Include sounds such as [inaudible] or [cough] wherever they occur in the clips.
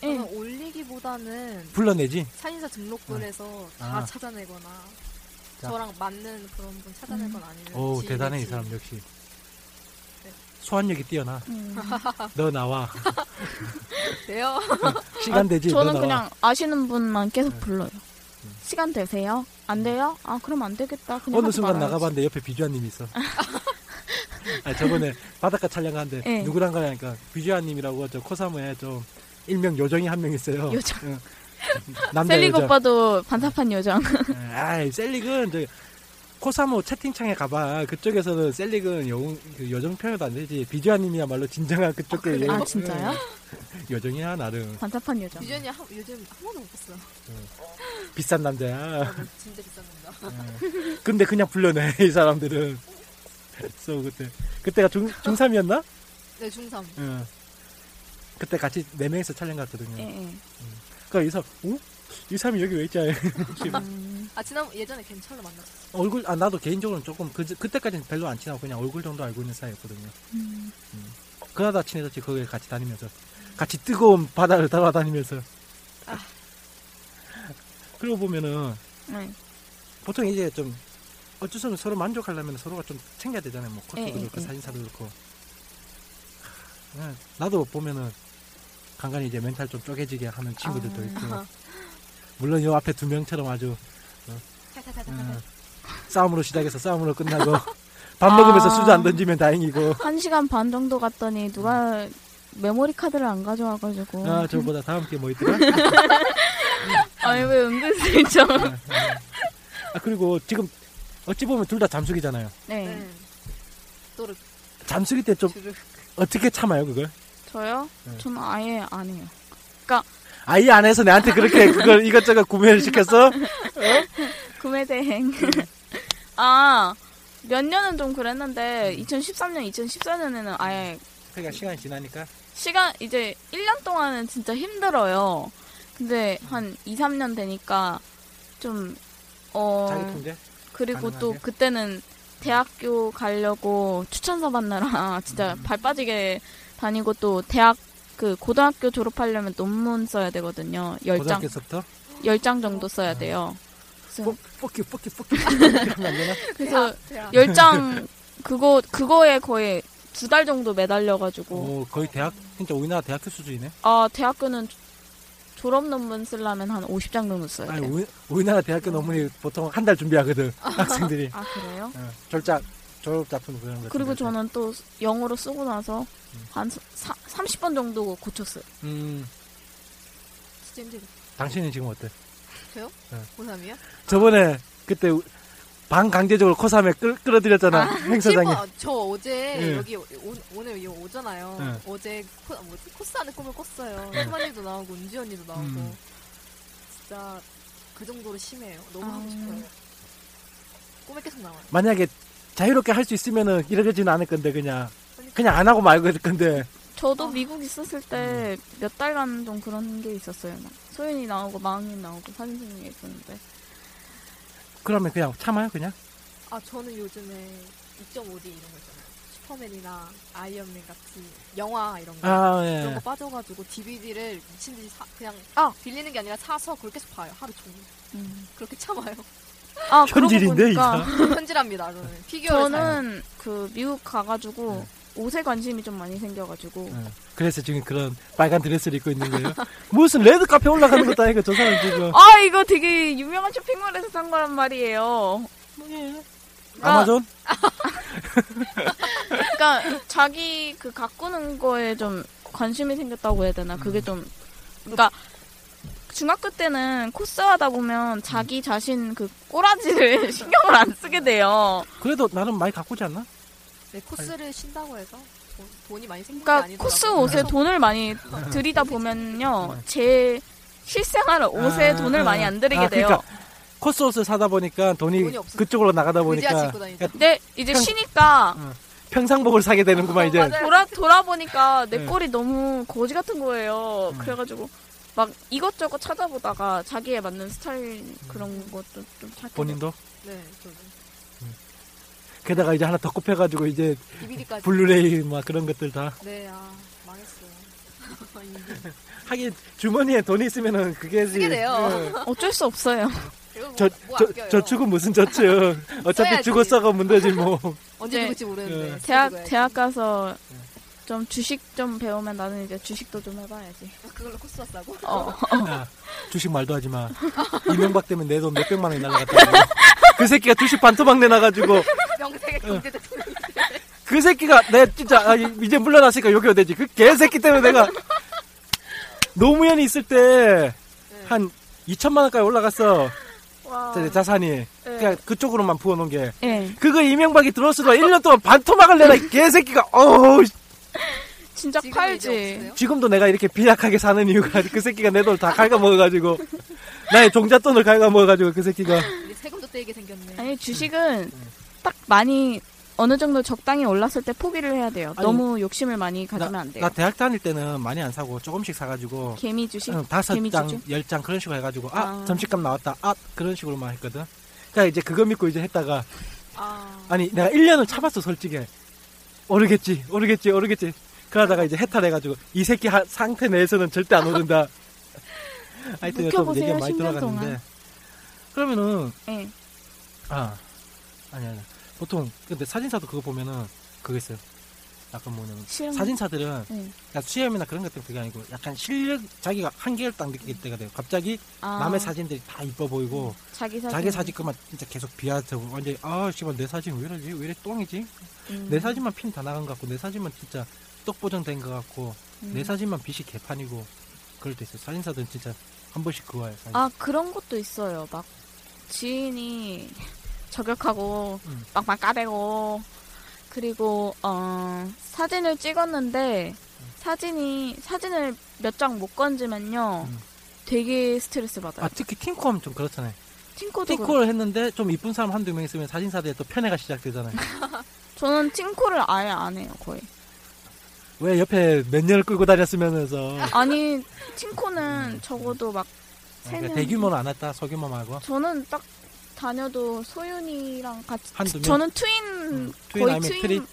저는 예. 올리기보다는 불러내지? 사인사 등록글에서 다 아. 찾아내거나 자. 저랑 맞는 그런 분 찾아내거나 네, 아니면 오 지인의 대단해 이 지인. 사람 역시 네. 소환력이 뛰어나 음. 아. 너 나와 [laughs] 돼요? 시간 되지 너 저는 나와 그냥 아시는 분만 계속 네. 불러요. 시간 되세요? 안 돼요? 아 그럼 안 되겠다. 그냥 어느 하지 순간 말아야지. 나가봤는데 옆에 비주아님이 [laughs] 있어 아 저번에 바닷가 촬영하는데 네. 누구랑 가냐니까 비주아님이라고 저 코사무에 좀 일명 요정이 한 명 있어요 요정. 응. 남자 셀릭 요정 오빠도 반사판 요정. 아이 셀릭은 저 코사모 채팅창에 가봐 그쪽에서는 셀릭은 여, 여정 표현도 안 되지 비주아님이야말로 진정한 그쪽 그 예, 아 진짜요? 여정이야 나름 반사판 요정. 유전이 한, 요즘 한 번도 못 [laughs] 봤어요. 비싼 남자야 아, 뭐 진짜 비싼 남자. 근데 그냥 불려내 [laughs] 이 사람들은. 그래서 그때 그때가 중 중3이었나? 네, 중3. 응. 그때 같이 네 명이서 촬영 예. 갔거든요. 예. 그러니까 이 사람, 어? 이 사람이 여기 왜 있지? [laughs] 음, 아, 지난 예전에 괜찮로 만났어요. 얼굴 아 나도 개인적으로는 조금 그 그때까지는 별로 안 친하고 그냥 얼굴 정도 알고 있는 사이였거든요. 음. 그러다 친해졌지 거기 같이 다니면서 같이 뜨거운 바다를 따라다니면서. 아. 그러고 보면은 네. 보통 이제 좀 어쩔 수 없이 서로 만족하려면 서로가 좀 챙겨야 되잖아요. 뭐 예, 커피도 예, 그렇고 예. 사진사도 그렇고. 예, 나도 보면은 간간히 이제 멘탈 좀 쪼개지게 하는 친구들도 아. 있고. 물론 요 앞에 두 명처럼 아주 탈탈탈탈탈. 싸움으로 시작해서 싸움으로 [laughs] 끝나고 밥 먹으면서 아. 수저 안 던지면 다행이고. 한 시간 반 정도 갔더니 누가 메모리 카드를 안 가져와가지고. 아 저보다 다음 게 뭐 [laughs] 있더라? 아니 왜 은근슬쩍. 아 그리고 지금 어찌 보면 둘 다 잠수기잖아요. 네. 음. 네. 또르. 잠수기 때 좀 네, 주르륵. 어떻게 참아요 그걸? 저요? 네. 저는 아예 안 해요. 아이 안에서 내한테 그렇게 그걸 이것저것 구매를 시켰어? 구매대행. 네. [laughs] 아, 몇 년은 좀 그랬는데, 2013년, 2014년에는 아예 그러니까 시간이 지나니까 시간, 이제 1년 동안은 진짜 힘들어요. 근데 한 2, 3년 되니까 좀, 어, 자기 통제. 그리고 또 가능하게? 그때는 대학교 가려고 추천서 받느라 [laughs] 진짜 음. 발 빠지게 다니고 또 대학, 그 고등학교 졸업하려면 논문 써야 되거든요. 10장, 고등학교서부터 음. 10장 정도 써야 돼요. 그래서 뽑기 뽑기 뽑기 이렇게 하면 안 되나? 그래서 대학. 열장 그거 그거에 거의 두 달 정도 매달려가지고 오뭐 거의 대학 진짜 우리나라 대학교 수준이네. 아 대학교는 조- 졸업 논문 쓰려면 한 50장 정도 써야 아니 돼요. 우리, 우리나라 대학교 논문이 보통 한 달 준비하거든 학생들이. 아 그래요? 어, 졸작 졸업 작품 그런 거. 준비할 그리고 때. 저는 또 영어로 쓰고 나서 한 사, 30번 정도 고쳤어요. 음 진짜 힘들어. 당신은 지금 어때? 고3이요? 저번에 그때 우- 반강제적으로 코삼에 끌, 끌어들였잖아 행사장에. 실버- 저 어제 예. 여기 오, 오늘 여기 오잖아요. 예. 어제 코, 뭐지? 코스하는 꿈을 꿨어요. 수만이도 나오고 은지 언니도 나오고 네. 음. 진짜 그 정도로 심해요. 너무 아우. 하고 싶어요. 꿈에 계속 나와요. 만약에 자유롭게 할 수 있으면은 이러지는 않을 건데 그냥 그러니까. 그냥 안 하고 말고 할 건데. 저도 아. 미국 있었을 때 음. 몇 달간 좀 그런 게 있었어요. 막 소윤이 나오고 마음이 나오고 사진생이 있었는데 그러면 그냥 참아요 그냥. 아 저는 요즘에 2.5D 이런 거 있잖아요. 슈퍼맨이나 아이언맨 같은 영화 이런 거 아 그런 거 예. 빠져가지고 DVD를 미친 듯이 사, 그냥 아 빌리는 게 아니라 사서 그걸 계속 봐요. 하루 종일 음. 그렇게 참아요. [laughs] 아 현질인데 이 그러고 보니까 사람. 현질합니다 저는. 피규어를 사요. 저는 그 미국 가가지고 네. 옷에 관심이 좀 많이 생겨가지고 응. 그래서 지금 그런 빨간 드레스를 입고 있는 [laughs] 거예요. 무슨 레드 카페 올라가는 것도 아니고 저 사람 지금. 아 이거 되게 유명한 쇼핑몰에서 산 거란 말이에요. 아마존? 그러니까 자기 그 가꾸는 거에 좀 관심이 생겼다고 해야 되나 음. 그게 좀 그러니까 중학교 때는 코스 하다 보면 음. 자기 자신 그 꼬라지를 [laughs] 신경을 안 쓰게 돼요. 그래도 나름 많이 가꾸지 않나? 네, 코스를 쉰다고 해서 돈, 돈이 많이 생긴 게 그러니까 아니더라고요. 코스 옷에 그래서 돈을 많이 들이다 네. 보면요 제 실생활 옷에 아, 돈을 많이 안 들이게 아, 돼요. 그러니까 코스 옷을 사다 보니까 돈이, 돈이 없어서. 그쪽으로 나가다 의지하지 보니까 않고 다니죠. 근데 이제 그냥- 쉬니까 평상복을 사게 되는구만 이제. 맞아요. 돌아 돌아보니까 내 네. 음. 꼴이 너무 거지 같은 거예요. 그래가지고 막 이것저것 찾아보다가 자기에 맞는 스타일 그런 것도 좀 찾게 음. 본인도 네, 저는 게다가 이제 하나 더 꼽혀가지고 이제 DVD까지. 블루레이 막 그런 것들 다 네, 아 망했어요. [laughs] 이게- 하긴 주머니에 돈이 있으면은 그게 예. 쓰게 돼요. 돼요. 어쩔 수 없어요. 아, 이거 뭐, 저, 뭐 저, 아껴요. 저축은 무슨 [laughs] 저축. 어차피 써야지. 죽어 썩어 문제지 뭐. 언제 네. 죽을지 모르는데. 예. 대학 쓰고 대학 가서 네. 좀 주식 좀 배우면 나는 이제 주식도 좀 해봐야지. 가야지. 그걸로 코스 싸고. 어. 야, 주식 말도 하지 마. 이명박 때문에 내 돈 몇백만 원이 날라갔다고. 그 새끼가 주식 반토막 내놔가지고 [laughs] 어. 명색의 경제 [laughs] 대통령. 그 새끼가 내 진짜 아, 이- 이제 물러났으니까 여기 어디지? 그 개새끼 때문에 내가 노무현이 있을 때 한 네. 2천만 원까지 올라갔어 와. 자- 자산이 네. 그러니까 그냥 그쪽으로만 부어놓은 게 예. 그거 이명박이 들어왔어도 1년 동안 반토막을 내라 이 개새끼가 어우 씨. 진짜 지금은 이제 팔지. 없으세요? 지금도 내가 이렇게 빈약하게 사는 이유가 그 새끼가 내 돈 다 갉아먹어가지고 나의 종잣돈을 갉아먹어가지고 그 새끼가 이제 세금도 떼게 생겼네. 아니 주식은 딱 많이 어느 정도 적당히 올랐을 때 포기를 해야 돼요. 아니, 너무 욕심을 많이 가지면 안 돼요. 나 대학 다닐 때는 많이 안 사고 조금씩 사가지고 개미 주식. 응, 다섯 개미 장, 주주? 열 장 그런 식으로 해가지고 아, 아. 점심값 나왔다 아 그런 식으로만 했거든 그러니까 이제 그거 믿고 이제 했다가 아, 아니 내가 1년을 참았어 솔직히 오르겠지 오르겠지 오르겠지 그러다가 이제 해탈해가지고 이 새끼 하- 상태 내에서는 절대 안 오른다 [laughs] 하여튼 여쭤보면 묵혀보세요, 얘기가 많이 10년 돌아갔는데 동안. 그러면은 예. 아 아니 아니 보통 근데 사진사도 그거 보면은 그거 있어요 약간 뭐냐면 실험. 사진사들은 네. 그러니까 수염이나 그런 것들 그게 아니고 약간 실력 자기가 한계를 딱 느낄 때가 돼요. 갑자기 아, 음, 남의 사진들이 다 이뻐 보이고 자기 사진. 자기 사진 것만 진짜 계속 비하하고 완전 히아 씨발 내 사진 왜 이러지 왜 이래 똥이지 음. 내 사진만 핀 다 나간 것 같고 내 사진만 진짜 떡 보정된 것 같고 음. 내 사진만 빛이 개판이고 그럴 때 있어요. 사진사들은 진짜 한 번씩 그거 해요. 사진. 아 그런 것도 있어요. 막 지인이 저격하고 음. 막막 까대고 그리고 어 사진을 찍었는데 사진이 사진을 몇 장 못 건지면요 음. 되게 스트레스 받아요. 아, 특히 팅코하면 좀 그렇잖아요. 팅코도 그렇고. 팅코를 했는데 좀 이쁜 사람 한두 명 있으면 사진사들에 또 편애가 시작되잖아요. 저는 팅코를 아예 안 해요 거의. 왜 옆에 몇 년을 끌고 다녔으면서 아니 팅코는 적어도 막 세 음. 그러니까 명. 대규모는 안 했다 소규모 말고 저는 딱 다녀도 소윤이랑 같이 한두 명? 저는 트윈 음, 트윈 거의 아니면 트윈 트리-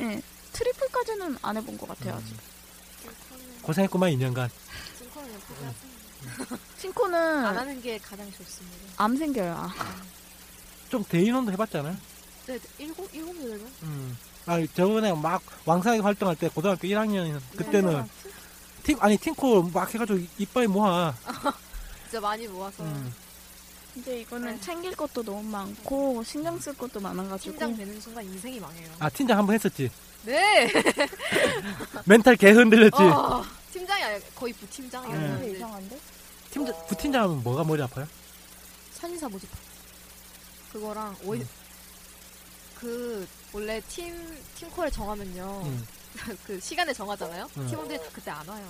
예 트리플까지는 안 해본 것 같아요 아직. 음. 고생했구만 2년간 증권은 포기하세요. 안 싱코는 하는 게 가장 좋습니다. 암 생겨요. 아. 좀 대인원도 해봤잖아요 네, 일곱 일곱 여덟 명. 아 저번에 막 왕성하게 활동할 때 고등학교 1학년 그때는 네. 팀 아니 팀콜 막 해가지고 이빨 모아 어. 진짜 많이 모아서 음. 근데 이거는 네. 챙길 것도 너무 많고 신경 쓸 것도 많아가지고 팀장 되는 순간 인생이 망해요. 아 팀장 한 번 했었지 네. 멘탈 개 흔들렸지 어, 팀장이 아니 거의 부팀장 아, 이런 네. 너무 건데. 이상한데? 팀장 부팀장 하면 뭐가 머리 아파요? 선인사 모집 그거랑 오... 음. 그 원래 팀 팀콜 어. 정하면요 음. [laughs] 그 시간을 정하잖아요 음. 팀원들이 다 그때 안 와요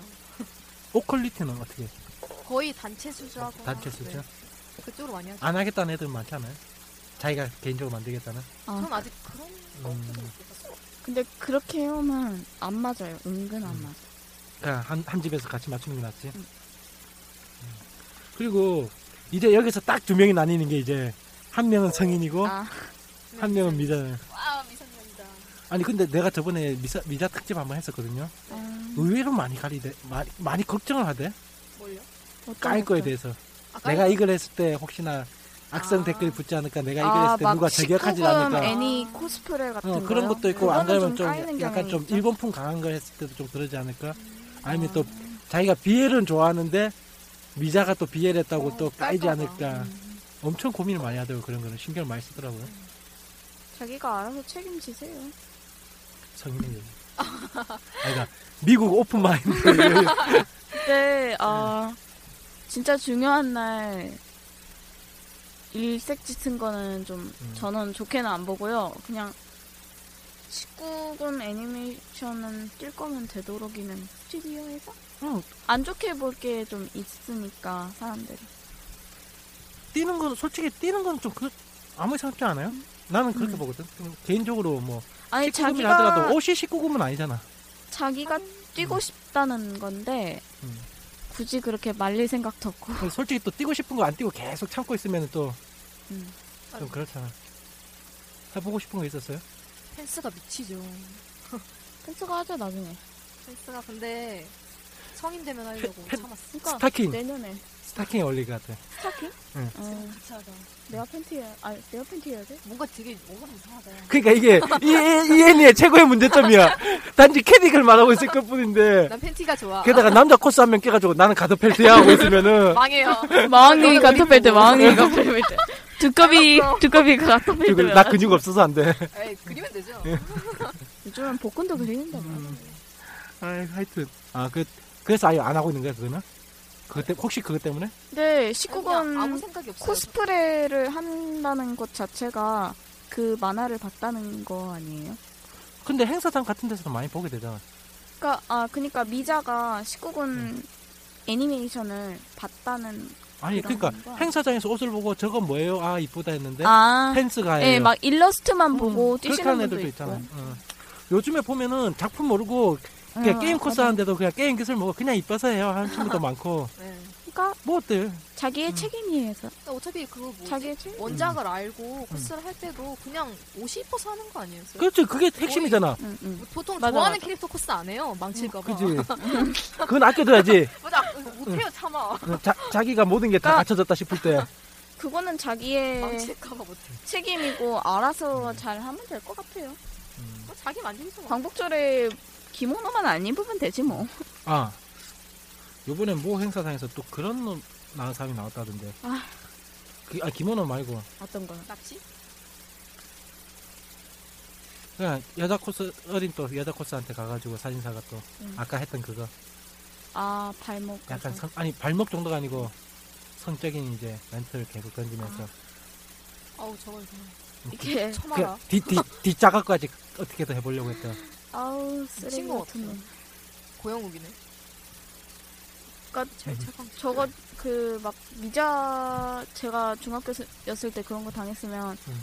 오컬리티는 어떻게 거의 단체 수주하고 네. 단체 쓰죠? 그쪽으로 많이 하죠 안 하겠다는 애들 많지 않아요? 자기가 개인적으로 만들겠다는 아, 전 아직 그런 거 음. 없어서 모르겠어요. 근데 그렇게 해오면 안 맞아요. 은근 안 맞아. 그냥 한, 한 집에서 같이 맞추는 게 낫지 음. 음. 그리고 이제 여기서 딱 두 명이 나뉘는 게 이제 한 명은 성인이고 아, 한 명은 미자는 와 미성년이다 아니 근데 내가 저번에 미사, 미자 특집 한번 했었거든요. 아, 의외로 많이 가리대, 많이, 많이 걱정을 하대. 뭘요? 어떤 깔 거에 어떤. 대해서. 아, 내가 이걸 했을 때 혹시나 악성 아. 댓글이 붙지 않을까, 내가 이걸 아, 했을 때 막 누가 저격하지 19금 않을까. 애니 코스프레 같은 어, 거 그런 것도 있고 안 그러면 좀 약간 좀 있죠? 일본풍 강한 걸 했을 때도 좀 그러지 않을까. 아니면 아. 또 자기가 BL은 좋아하는데 미자가 또 BL 했다고 어, 또 까이지 깔까 봐. 음. 않을까. 엄청 고민을 많이 하더라고 그런 거는 신경을 많이 쓰더라고요. 자기가 알아서 책임지세요. 음. 성인이. 아니다. 미국 오픈 [laughs] 마인드. 그때 아 진짜 중요한 날 일색 짙은 거는 좀 음. 저는 좋게는 안 보고요. 그냥 19금 애니메이션은 뛸 거면 되도록이면 스튜디오에서 응. 안 좋게 볼 게 좀 있으니까 사람들이 뛰는 건 솔직히 뛰는 건 좀 그, 아무리 생각지 않아요? 나는 그렇게 음. 보거든. 좀 개인적으로 뭐 아니 19금이라 자기가 하더라도 옷이 19금은 아니잖아. 자기가 뛰고 싶다는 건데 음. 굳이 그렇게 말릴 생각도 없고 그럼 솔직히 또 뛰고 싶은 거 안 뛰고 계속 참고 있으면 또 좀 음. 아이고. 그렇잖아. 해보고 싶은 거 있었어요? 펜스가 미치죠. 펜스가 하죠 나중에 펜스가 근데 성인 되면 하려고 참았어. 그러니까 스타킹. 내년에 스타킹에 어울릴 것 같아. 스타킹? 응. 어, 같이 하자. 내가 팬티 해야 아 내가 팬티 해야 돼? 뭔가 되게 뭔가 이상하다. 그러니까 이게 이, 이, 이 애니의 최고의 문제점이야. 단지 캐릭을 말하고 있을 것뿐인데 난 팬티가 좋아. 게다가 남자 코스 한 명 끼가지고 나는 가드 펠트 해야 하고 [laughs] 있으면은 망해요. 망이 간터벨트 망이 간터벨트 두꺼비 두꺼비 간터벨트 지금 나 근육 없어서 안 돼. 에이, 그리면 되죠. 예. 요즘은 복근도 그리는데 뭐 아, 하여튼 아그 그래서 아예 안 하고 있는 거야 그거는? 그것 때 혹시 그것 때문에? 근데 그냥 아무 19금 생각이 없어요. 네, 코스프레를 한다는 것 자체가 그 만화를 봤다는 거 아니에요? 근데 행사장 같은 데서도 많이 보게 되잖아. 그러니까 아 그러니까 미자가 19금 애니메이션을 봤다는 음. 아니 그런 그러니까 거야. 행사장에서 옷을 보고 저건 뭐예요? 아 이쁘다 했는데 아 펜스가예요. 어, 예, 막 일러스트만 보고 그렇게 뛰시는 하는 분도 애들도 있고. 있잖아. 어. 요즘에 보면은 작품 모르고 그냥 어, 게임 코스 맞아. 하는데도 그냥 게임 기술 먹어 그냥 이뻐서 해요 하는 친구도 많고 네. 그러니까 뭐 어때? 자기의 음. 책임이에요. 근데 어차피 그거 뭐지? 자기의 책임. 원작을 알고 코스를 할 때도 그냥 옷이 이뻐서 하는 거 아니에요? 그... 그렇지 그게 핵심이잖아. 음, 응, 응. 보통 맞아, 좋아하는 맞아. 캐릭터 코스 안 해요. 망칠까봐. 그지? 그건 아껴둬야지. [laughs] 맞아. 음, 못해요, 참아. 어, 자, 자기가 모든 게 다 그러니까- 갖춰졌다 싶을 때. 그거는 자기의 망칠까봐 못해. 책임이고 알아서 잘 하면 될 것 같아요. 음. 뭐 자기 만들죠. 뭐. 광복절에 기모노만 안 입으면 되지 뭐. 아 요번에 모 행사장에서 또 그런 놈 나온 사람이 나왔다던데. 아. 그, 아 김원호 말고 어떤 거요? 낚시? 그냥 여자 코스 어린 또 여자 코스한테 가가지고 사진사가 또 음. 아까 했던 그거 아 발목. 약간 가서. 성, 아니 발목 정도가 아니고 성적인 이제 멘트를 계속 던지면서 아, 아우, 저걸 그냥 이렇게 음, 참아라. 그 그뒷뒷 자각까지 어떻게든 해보려고 했던 아우 쓰레기 것 같은 놈. 그- 고영욱이네. 음. 그러니까 제일 최강. 저거 그 막 미자 제가 중학교였을 때 그런 거 당했으면 음.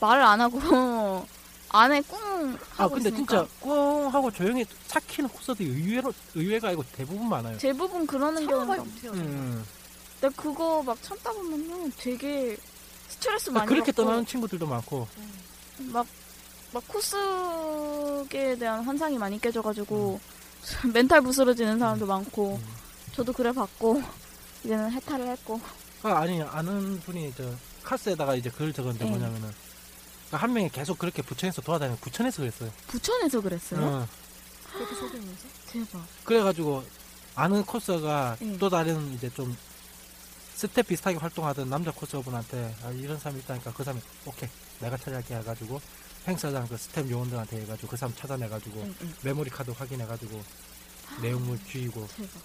말을 안 하고 [laughs] 안에 꿍 하고 아 근데 있으니까. 진짜 꽁 하고 조용히 삭히는 코스들이 의외로 의외가 아니고 대부분 많아요. 대부분 그러는 경우가 참아봐야 없- 못해요. 음. 근데 그거 막 참다 보면요 되게 스트레스 많이 아, 그렇게 받고 떠나는 친구들도 많고 막, 막 코스에 대한 환상이 많이 깨져가지고 [laughs] 멘탈 부스러지는 사람도 많고 음. 저도 그래 봤고 이제는 해탈을 했고 아, 아니 아는 분이 저 카스에다가 이제 글을 적었는데 네. 뭐냐면은 그러니까 한 명이 계속 그렇게 부천에서 돌아다니는 부천에서 그랬어요. 부천에서 그랬어요? 어. 그렇게 속이면서? 대박 그래가지고 아는 코스가 네. 또 다른 이제 좀 스텝 비슷하게 활동하던 남자 코스분한테 아, 이런 사람이 있다니까 그 사람이 오케이 내가 찾아갈게 해가지고 행사장 그 스텝 요원들한테 해가지고 그 사람 찾아내가지고 응, 응. 메모리 카드 확인해가지고 아. 내용물 쥐고 대박 친구.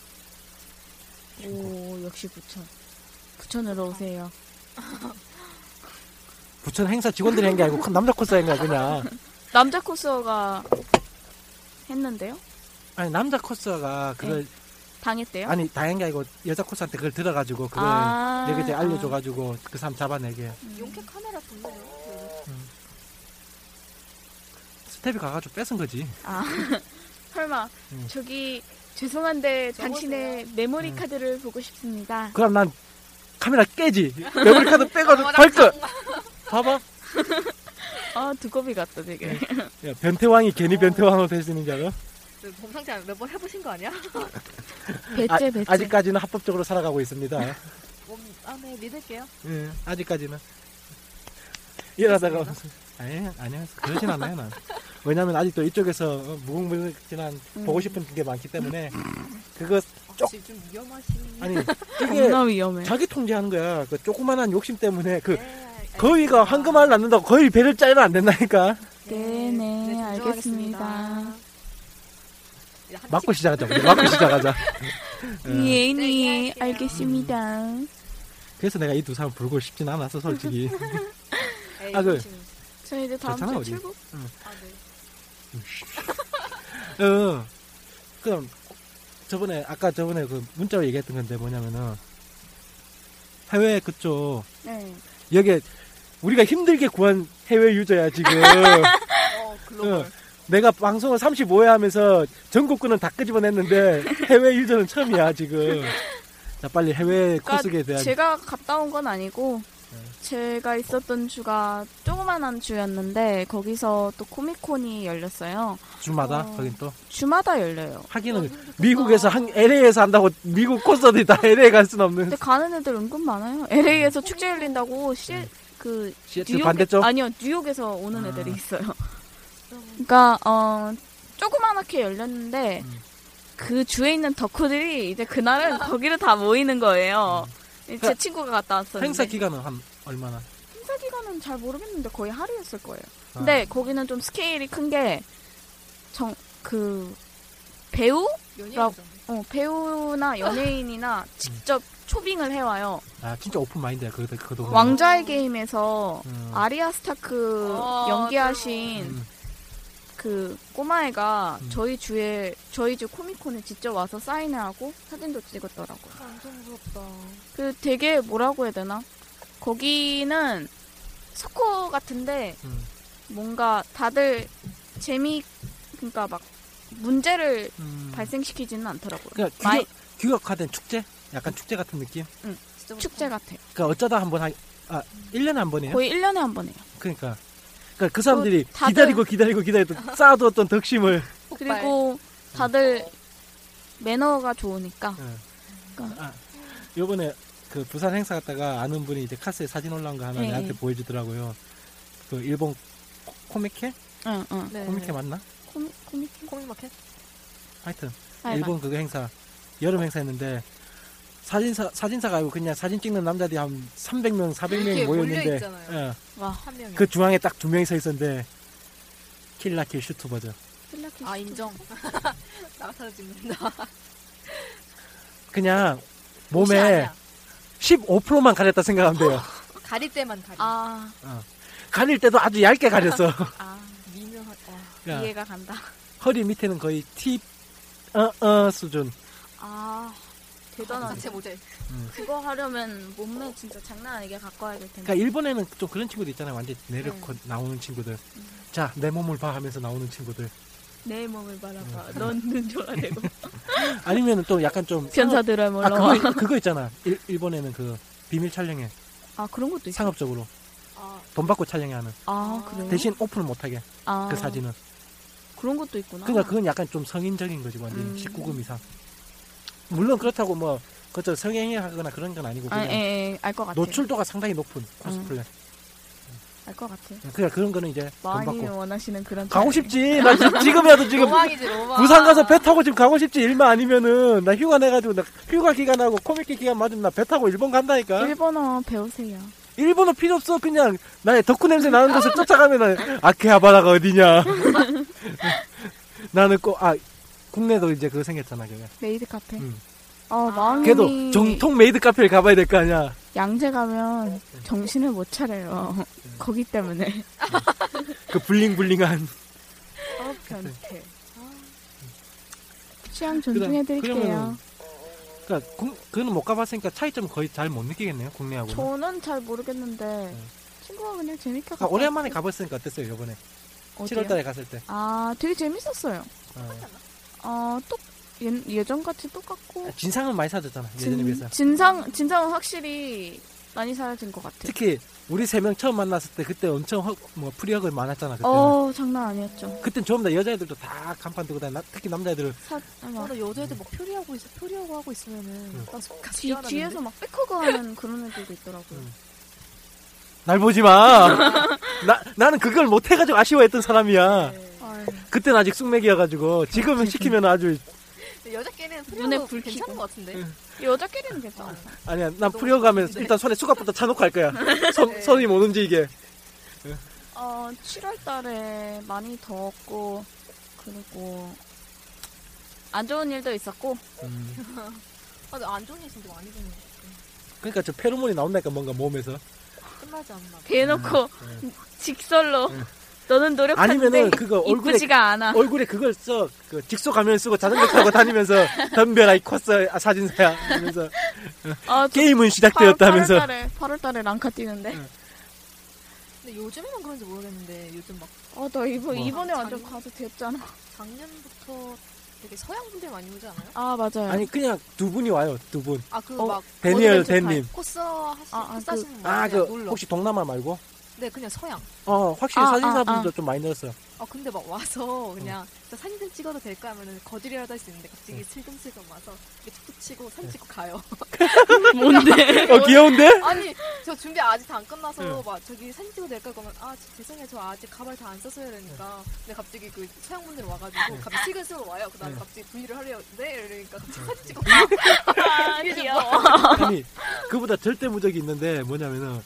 오 역시 부천 부천으로 오세요 부천 행사 직원들이 한 게 아니고 큰 남자 코스가 한 거야 그냥 [laughs] 남자 코스어가 했는데요? 아니 남자 코스가 예, 그걸 당했대요? 아니 다행이 아니고 여자 코스한테 그걸 들어가지고 그걸 아, 내가 이제 아. 알려줘가지고 그 사람 잡아내게 음. 용케 카메라 돈네요. 스텝이 가가지고 뺏은 거지 아, 설마 음. 저기 죄송한데 당신의 메모리 음. 카드를 보고 싶습니다. 그럼 난 카메라 깨지 메모리 카드 어, 빼가지고 그 발끝 봐봐 아 두꺼비 같다 네. 되게. 야 변태왕이 괜히 변태왕으로 될 수 있는 줄 알아? 어, 범상자 그 몇 번 해보신 거 아니야? 아, 배째 배째. 아직까지는 합법적으로 살아가고 있습니다 [laughs] 몸, 아, 네, 믿을게요. 예, 아직까지는 이러다가 아니 아니요 그러진 않아요 난 왜냐면 아직도 이쪽에서 어, 무궁무진한 음. 보고 싶은 게 많기 때문에 그거 쪽- 지금 좀 위험하신. 아니 이게 겁나 위험해. 자기 통제하는 거야. 그 조그만한 욕심 때문에 그 네, 알겠어요. 거위가 황금알 낳는다고 거위 배를 짜면 안 된다니까. 네, 네, 알겠습니다. 네, 맞고 시작하자. 우리. 맞고 시작하자. 예. [laughs] 네, 예, 안녕하세요. 네, 알겠습니다. 그래서 내가 이 두 사람 부르고 싶진 않았어, [laughs] 솔직히. 아, 아, 그- 그. 저희 이제 다음 괜찮아, 주에 우리. 출국? 아, 네. 어. 그럼 저번에 아까 저번에 그 문자로 얘기했던 건데 뭐냐면은 해외 그쪽 네. 여기 우리가 힘들게 구한 해외 유저야 [laughs] 지금. 어, 글로벌. 어. 내가 방송을 35회 하면서 전국구는 다 끄집어냈는데 해외 유저는 처음이야 지금. 자 빨리 해외 코스에 대한 아, 제가 갔다 온 건 아니고 네. 제가 있었던 주가 조그만한 주였는데 거기서 또 코미콘이 열렸어요. 주마다 어. 거긴 또 주마다 열려요. 어, 음, 하기는 미국에서 한 LA에서 한다고 미국 콘서트에 다 [laughs] LA 갈 수는 없는 근데 가는 애들 은근 많아요. LA에서 축제 열린다고 시, 네. 그 시애틀 뉴욕 반대쪽 아니요 뉴욕에서 오는 아. 애들이 있어요. 음. 그러니까 어 조그맣게 열렸는데 음. 그 주에 있는 덕후들이 이제 [laughs] 그날은 거기를 다 모이는 거예요. 제 그러니까 친구가 갔다 왔었는데 행사 기간은 한 얼마나? 음. 행사 기간은 잘 모르겠는데 거의 하루였을 거예요. 아. 근데 거기는 좀 스케일이 큰 게 정 그 배우 연예인 어, 배우나 음. 연예인이나 직접 초빙을 해와요. 아 진짜 오픈 마인드야 그 그 동네. 왕자의 게임에서 음. 아리아 스타크 아, 연기하신 음. 그 꼬마애가 음. 저희 주에 저희 주 코미콘에 직접 와서 사인을 하고 사진도 찍었더라고요. 완전 무섭다. 그 되게 뭐라고 해야 되나? 거기는 스코 같은데 음. 뭔가 다들 재미 그러니까 막 문제를 음. 발생시키지는 않더라고요. 그러니까 규격, 마이- 규격화된 축제? 약간 축제 같은 느낌? 진짜 축제 같아요. 그러니까 어쩌다 한 번 하, 아, 1년에 한 번이에요? 거의 1년에 한 번 해요. 그러니까. 그러니까 그 사람들이 다들- 기다리고 기다리고 기다리고 쌓아두었던 덕심을. 뭐- 그리고 다들 매너가 좋으니까 예. 그러니까. 아, 요번에 그 부산 행사 갔다가 아는 분이 이제 카스에 사진 올라온 거 하나 예, 내한테 예. 보여주더라고요. 그 일본 코- 코미케? 응, 응. 네. 코미케 맞나? 코미 코미케 코믹마켓? 하여튼. 아, 일본 그거 행사 여름 행사였는데 사진사 사진사가 아니고 그냥 사진 찍는 남자들이 한 300명 400명이 이렇게 모여 몰려 있는데 예, 있잖아요. 네. 와. 한 명이. 그 중앙에 딱 두 명이 서 있었는데 킬라킬 슈트버죠. 필라테스 아, 인정. 나가서 [laughs] 찍는다. 그냥 옷이 몸에 아니야. 15%만 가렸다 생각하면 [laughs] 돼요. 가릴 때만 가리. 아, 아, 가릴 때도 아주 얇게 가렸어. [laughs] 아 미묘한. 와. 그냥 이해가 간다. 허리 밑에는 거의 팁 어어 수준. 아 자체 대단하네. 모델. 그거 하려면 몸매 진짜 장난 아니게 갖고 와야 될 텐데. 그러니까 일본에는 좀 그런 친구들 있잖아요. 완전 네. 내려코 나오는 친구들. 음. 자 내 몸을 봐 하면서 나오는 친구들. 내 몸을 바라봐. 넌 눈 좋아 되고. [laughs] 아니면 또 약간 좀 변사들을 아뭐 몰라. 그거 그거 있잖아. 일, 일본에는 그 비밀 촬영해 아 그런 것도 있어. 상업적으로 아, 돈 받고 촬영해 하는 아 그래요? 대신 오픈을 못하게 아, 그 사진은 그런 것도 있구나. 그러니까 그건 약간 좀 성인적인 거지 완전 음. 히 19금 이상 물론 그렇다고 뭐 그저 성행하거나 그런 건 아니고 아, 그냥 예, 음. 예, 알것 같아. 노출도가 상당히 높은 코스플레 알것 같아. 그러니까 그런 거는 이제 돈 많이 받고 원하시는 그런. 가고 싶지 나 지- 지금이라도 지금 로망이지 로망. 아. 부산 가서 배 타고 지금 가고 싶지 일만 아니면은 나 휴가 내가지고 나 휴가 기간하고 코믹기 기간 맞으면 나 배 타고 일본 간다니까 일본어 배우세요. 일본어 필요 없어 그냥 나의 덕후 냄새 나는 곳을 쫓아가면 아케하바라가 어디냐 [laughs] 나는 꼭아 국내도 이제 그거 생겼잖아 그게 메이드 카페. 음. 아 마음이. 걔도 정통 메이드 카페를 가봐야 될 거 아니야 양재 가면 네. 정신을 못 차려요. [laughs] 거기 때문에. 그 블링블링한 아 변태. 취향 존중해드릴게요. 네. 그러면 그러니까 국- 그거는 못 가봤으니까 차이점 거의 잘 못 느끼겠네요 국내하고는 저는 잘 모르겠는데 친구가 그냥 재밌게 네. 아, 갔다 오랜만에 가봤으니까 어땠어요 요번에 어디요? 7월달에 갔을 때 아 되게 재밌었어요. 어. 어똑 예전같이 똑같고 아, 진상은 많이 사줬잖아 예전에 비해서 진, 진상 진상은 확실히 많이 사라진 것 같아요. 특히 우리 세 명 처음 만났을 때 그때 엄청 허, 뭐 프리허그 많았잖아 그때 는 어 장난 아니었죠. 그땐 전부 다 여자애들도 다 간판 들고 다니 특히 남자애들은 사, 아, 막 나는 여자애들 막 표리하고 있어 표리하고 하고 있으면은 응. 나 속까지 뒤, 뛰어나는데. 뒤에서 막 백허그 하는 그런 애들도 있더라고요. 음. 날 보지 마. 나, 나는 그걸 못해가지고 아쉬워했던 사람이야. 네. 아유, 그땐 아직 숙맥이어가지고, 지금은 시키면 아주 여자끼리는 눈에 프리오도 불 괜찮은 켜고. 것 같은데. 아, 여자끼리는 괜찮아. 아니야, 난 풀려 가면 일단 손에 수갑부터 차놓고 할 거야. 손, 손이 못 움직이게. 어, 7월 달에 많이 더웠고, 그리고, 안 좋은 일도 있었고, 음, 아, 근데 안 좋은 일 진짜 많이 보는 것 같아. 그러니까 저 페로몬이 나온다니까 뭔가 몸에서. 끝나지 않나. 봐. 대놓고, 음. 직설로, 너는 아니면은 노력하는데, 그거 얼굴에 이쁘지가 않아. 얼굴에 그걸 써. 그 직소 가면 쓰고 자전거 타고 다니면서 덤벼라 이 코스 아, 사진사야. 하면서 아, 저 게임은 팔- 시작되었다면서. 음. 8월 달에, 8월 달에 랑카 뛰는데. 근데 요즘에는 그런지 모르겠는데 요즘 막 어, 나 이번, 뭐. 이번에 완전 자기- 가도 됐잖아. 작년부터 되게 서양 분들 많이 오지 않아요? 아, 맞아요. 아니 그냥 두 분이 와요. 두 분. 아 그 어, 막 데니얼 어디든지 다 댄님. 코스 하시 아, 아, 코스 하시는 분들 아 그 그냥 놀러. 혹시 동남아 말고? 네 그냥 서양. 어 확실히 아, 사진사분들 아, 좀 많이 늘었어요. 아 근데 막 와서 그냥 진짜 사진 좀 찍어도 될까 하면은 거절이라도 할 수 있는데 갑자기 네. 슬금슬금 와서 이렇게 툭툭 치고 사진 찍고 가요. 그러니까 [laughs] 뭔데? 어 귀여운데? 아니 저 준비 아직 다 안 끝나서 네. 막 저기 사진 찍어도 될까 그러면 아 지- 죄송해요 저 아직 가발 다 안 썼어야 되니까 근데 갑자기 그 서양분들 와가지고 갑자기 슬금슬금 와요. 그다음 네. 에 갑자기 브이를 하려 네 이러니까 갑자기 사진 찍고 아, 귀여워. 아니 그보다 절대 무적이 있는데 뭐냐면은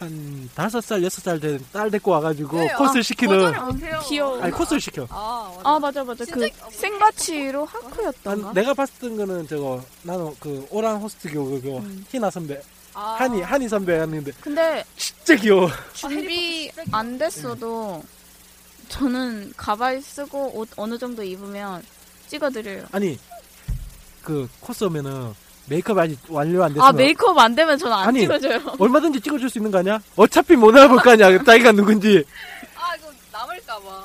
한 다섯 살 여섯 살 된 딸 데리고 와가지고 네, 코스를 아, 시키는 거절을 못해요. 귀여워. 아니 코스를 시켜. 아, 맞아. 아, 맞아, 뭐, 맞아. 그, 진짜- 생바치로 난, 하쿠였던가? 내가 봤던 거는 저거 나는 그 오랑 호스트 교 그거 음. 희나 선배 아, 한이 한이 선배였는데 근데, 진짜 귀여워. 준비 안 됐어도 음. 저는 가발 쓰고 옷 어느 정도 입으면 찍어드려요. 아니 그 코스 오면은 메이크업 아직 완료 안 됐으면 아 메이크업 안 되면 저는 안 아니. 뭐, 찍어줘요. 얼마든지 찍어줄 수 있는 거 아니야? 어차피 못 알아볼 거 아니야 자기가 누군지. 아, 이거 남을까봐.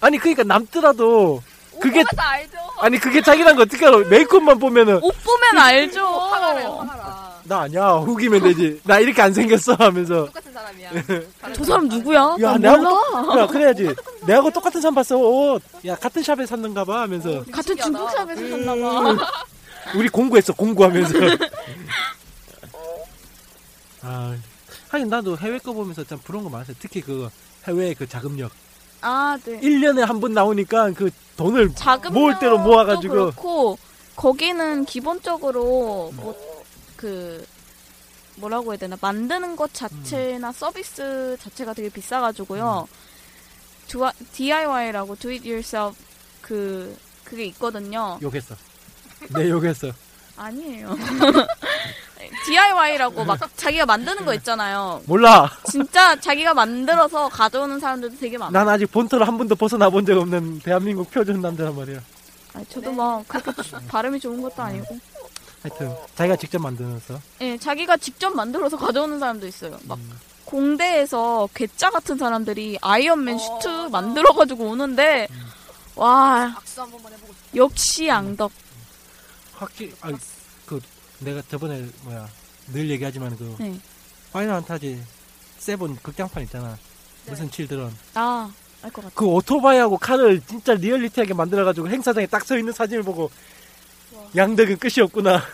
아니 그러니까 남더라도 그게- 어. 오빠가 다 알죠? 아니 그게 자기란 거 어떻게 알아? 메이크업만 보면은 옷 [laughs] 보면 알죠. 어, 화가라요, 화가라. 나 아니야 후기면 되지. 나 이렇게 안 생겼어 하면서 [laughs] 똑같은 사람이야. 저 사람 누구야? 야, 나 내가 몰라. 야, 그래야지. 내하고 똑같은 사람 봤어. 어, 야, 같은 샵에 샀는가 봐 하면서. 같은 중국샵에서 음. 샀나봐. 우리 공구했어, [laughs] 공구하면서. 아, 하긴 나도 해외 거 보면서 참 부러운 거 많았어요. 특히 그 해외의 그 자금력. 아 네. 1년에 한 번 나오니까 그 돈을 자금 모을 대로 모아가지고. 그렇고 거기는 기본적으로 뭐 그 뭐라고 해야 되나 만드는 것 자체나 음. 서비스 자체가 되게 비싸가지고요. DIY라고 Do It Yourself 그 그게 있거든요. 욕했어. 네, 욕했어. 아니에요. [laughs] DIY라고 막 자기가 만드는 거 있잖아요. 몰라. 진짜 자기가 만들어서 가져오는 사람들도 되게 많아. 난 아직 본토를 한 번도 벗어나 본 적 없는 대한민국 표준 남자란 말이야. 아니, 저도 막 그렇게 네. 주- 발음이 좋은 것도 아니고. 하여튼, 자기가 직접 만들어서. 예, 자기가 직접 만들어서 가져오는 사람도 있어요. 막 음. 공대에서 괴짜 같은 사람들이 아이언맨 어, 슈트 맞아. 만들어가지고 오는데 음. 와 악수 한 번만 해보고 싶어. 역시 양덕. 확실히, 아, 그, 내가 저번에, 뭐야, 늘 얘기하지만 그, 네. 파이널 판타지 세븐 극장판 있잖아. 네. 무슨 칠드런. 아, 알 것 같아. 그 오토바이하고 칼을 진짜 리얼리티하게 만들어가지고 행사장에 딱 서 있는 사진을 보고 와. 양덕은 끝이 [laughs] 없구나.